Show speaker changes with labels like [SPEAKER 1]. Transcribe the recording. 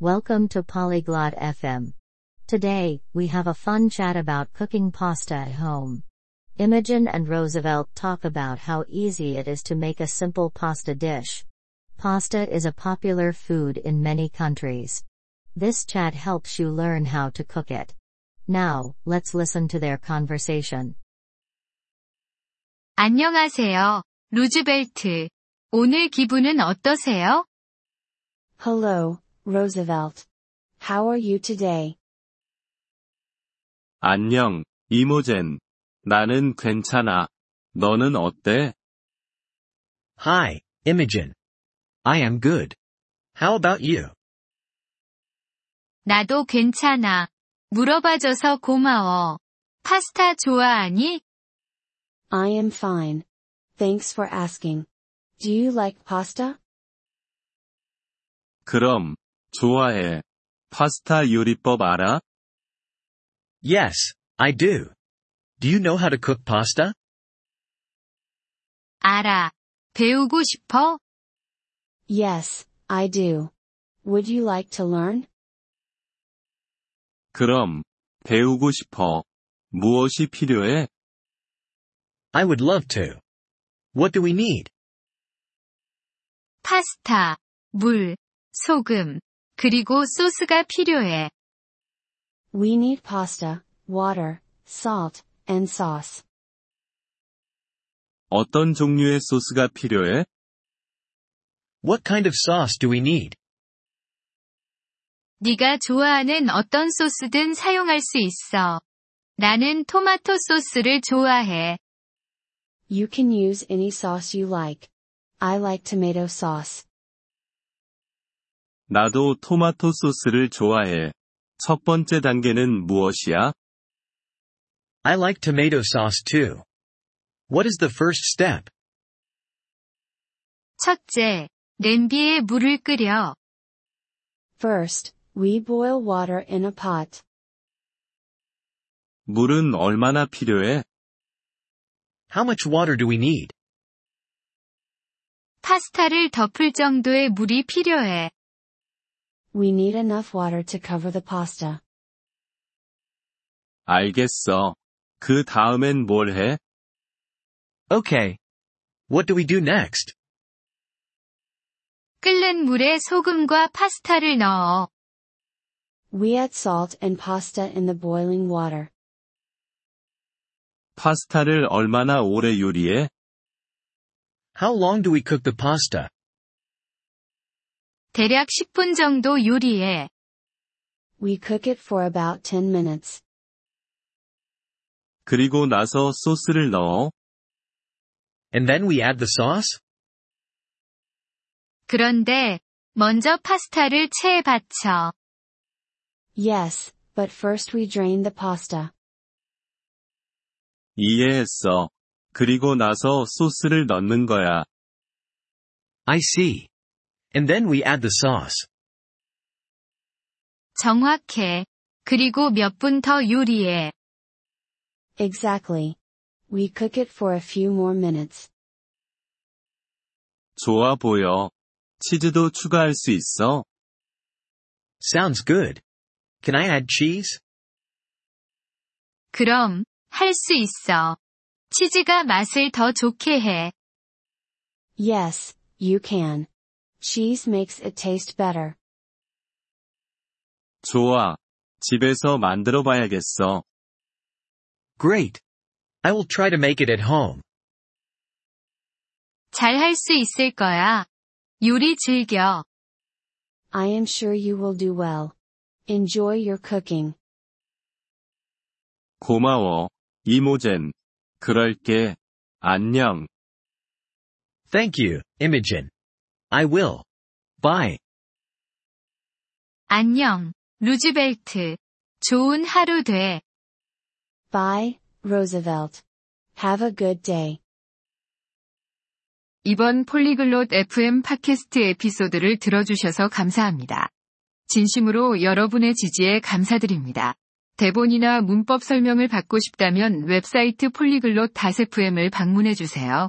[SPEAKER 1] Welcome to Polyglot FM. Today, we have a fun chat about cooking pasta at home. Imogen and Roosevelt talk about how easy it is to make a simple pasta dish. Pasta is a popular food in many countries. This chat helps you learn how to cook it. Now, let's listen to their conversation.
[SPEAKER 2] 안녕하세요, 루즈벨트. 오늘 기분은 어떠세요?
[SPEAKER 3] Hello, Roosevelt. How are you today?
[SPEAKER 4] 안녕, 이모젠. 나는 괜찮아. 너는 어때?
[SPEAKER 5] Hi, Imogen. I am good. How about you?
[SPEAKER 2] 나도 괜찮아. 물어봐줘서 고마워. 파스타 좋아하니?
[SPEAKER 3] I am fine. Thanks for asking. Do you like pasta?
[SPEAKER 4] 그럼, 좋아해. 파스타 요리법 알아?
[SPEAKER 5] Yes, I do. Do you know how to cook pasta?
[SPEAKER 2] 알아. 배우고 싶어?
[SPEAKER 3] Yes, I do. Would you like to learn?
[SPEAKER 4] 그럼, 배우고 싶어. 무엇이 필요해?
[SPEAKER 5] I would love to. What do we need?
[SPEAKER 2] 파스타, 물, 소금, 그리고 소스가 필요해.
[SPEAKER 3] We need pasta, water, salt, and sauce.
[SPEAKER 4] 어떤 종류의 소스가 필요해?
[SPEAKER 5] What kind of sauce do we need?
[SPEAKER 2] 네가 좋아하는 어떤 소스든 사용할 수 있어. 나는 토마토 소스를 좋아해.
[SPEAKER 3] You can use any sauce you like. I like tomato sauce.
[SPEAKER 4] 나도 토마토 소스를 좋아해. 첫 번째 단계는 무엇이야?
[SPEAKER 5] I like tomato sauce too. What is the first step?
[SPEAKER 2] 첫째, 냄비에 물을 끓여.
[SPEAKER 3] First, we boil water in a pot.
[SPEAKER 4] 물은 얼마나 필요해?
[SPEAKER 5] How much water do we need?
[SPEAKER 2] 파스타를 덮을 정도의 물이 필요해.
[SPEAKER 3] We need enough water to cover the pasta.
[SPEAKER 4] 알겠어. 그 다음엔 뭘 해?
[SPEAKER 5] Okay. What do we do next?
[SPEAKER 2] 끓는 물에 소금과 파스타를 넣어.
[SPEAKER 3] We add salt and pasta in the boiling water.
[SPEAKER 4] 파스타를 얼마나 오래 요리해?
[SPEAKER 5] How long do we cook the pasta?
[SPEAKER 2] 대략 10분 정도 요리해.
[SPEAKER 3] We cook it for about 10 minutes.
[SPEAKER 4] 그리고 나서 소스를 넣어.
[SPEAKER 5] And then we add the sauce?
[SPEAKER 2] 그런데 먼저 파스타를 체에 받쳐.
[SPEAKER 3] Yes, but first we drain the pasta.
[SPEAKER 4] 이해했어. 그리고 나서 소스를 넣는 거야.
[SPEAKER 5] I see. And then we add the sauce.
[SPEAKER 2] 정확해. 그리고 몇 분 더 요리해.
[SPEAKER 3] Exactly. We cook it for a few more minutes.
[SPEAKER 4] 좋아 보여. 치즈도 추가할 수 있어?
[SPEAKER 5] Sounds good. Can I add cheese?
[SPEAKER 2] 그럼 할 수 있어. 치즈가 맛을 더 좋게 해.
[SPEAKER 3] Yes, you can. Cheese makes it taste better.
[SPEAKER 4] 좋아. 집에서 만들어 봐야겠어.
[SPEAKER 5] Great. I will try to make it at home.
[SPEAKER 2] 잘 할 수 있을 거야. 요리 즐겨.
[SPEAKER 3] I am sure you will do well. Enjoy your cooking.
[SPEAKER 4] 고마워. 이모젠. 그럴게. 안녕.
[SPEAKER 5] Thank you, Imogen. I will. Bye.
[SPEAKER 2] 안녕, 루즈벨트. 좋은 하루 돼.
[SPEAKER 3] Bye, Roosevelt. Have a good day.
[SPEAKER 2] 이번 폴리글롯 FM 팟캐스트 에피소드를 들어주셔서 감사합니다. 진심으로 여러분의 지지에 감사드립니다. 대본이나 문법 설명을 받고 싶다면 웹사이트 폴리글롯 FM을 방문해주세요.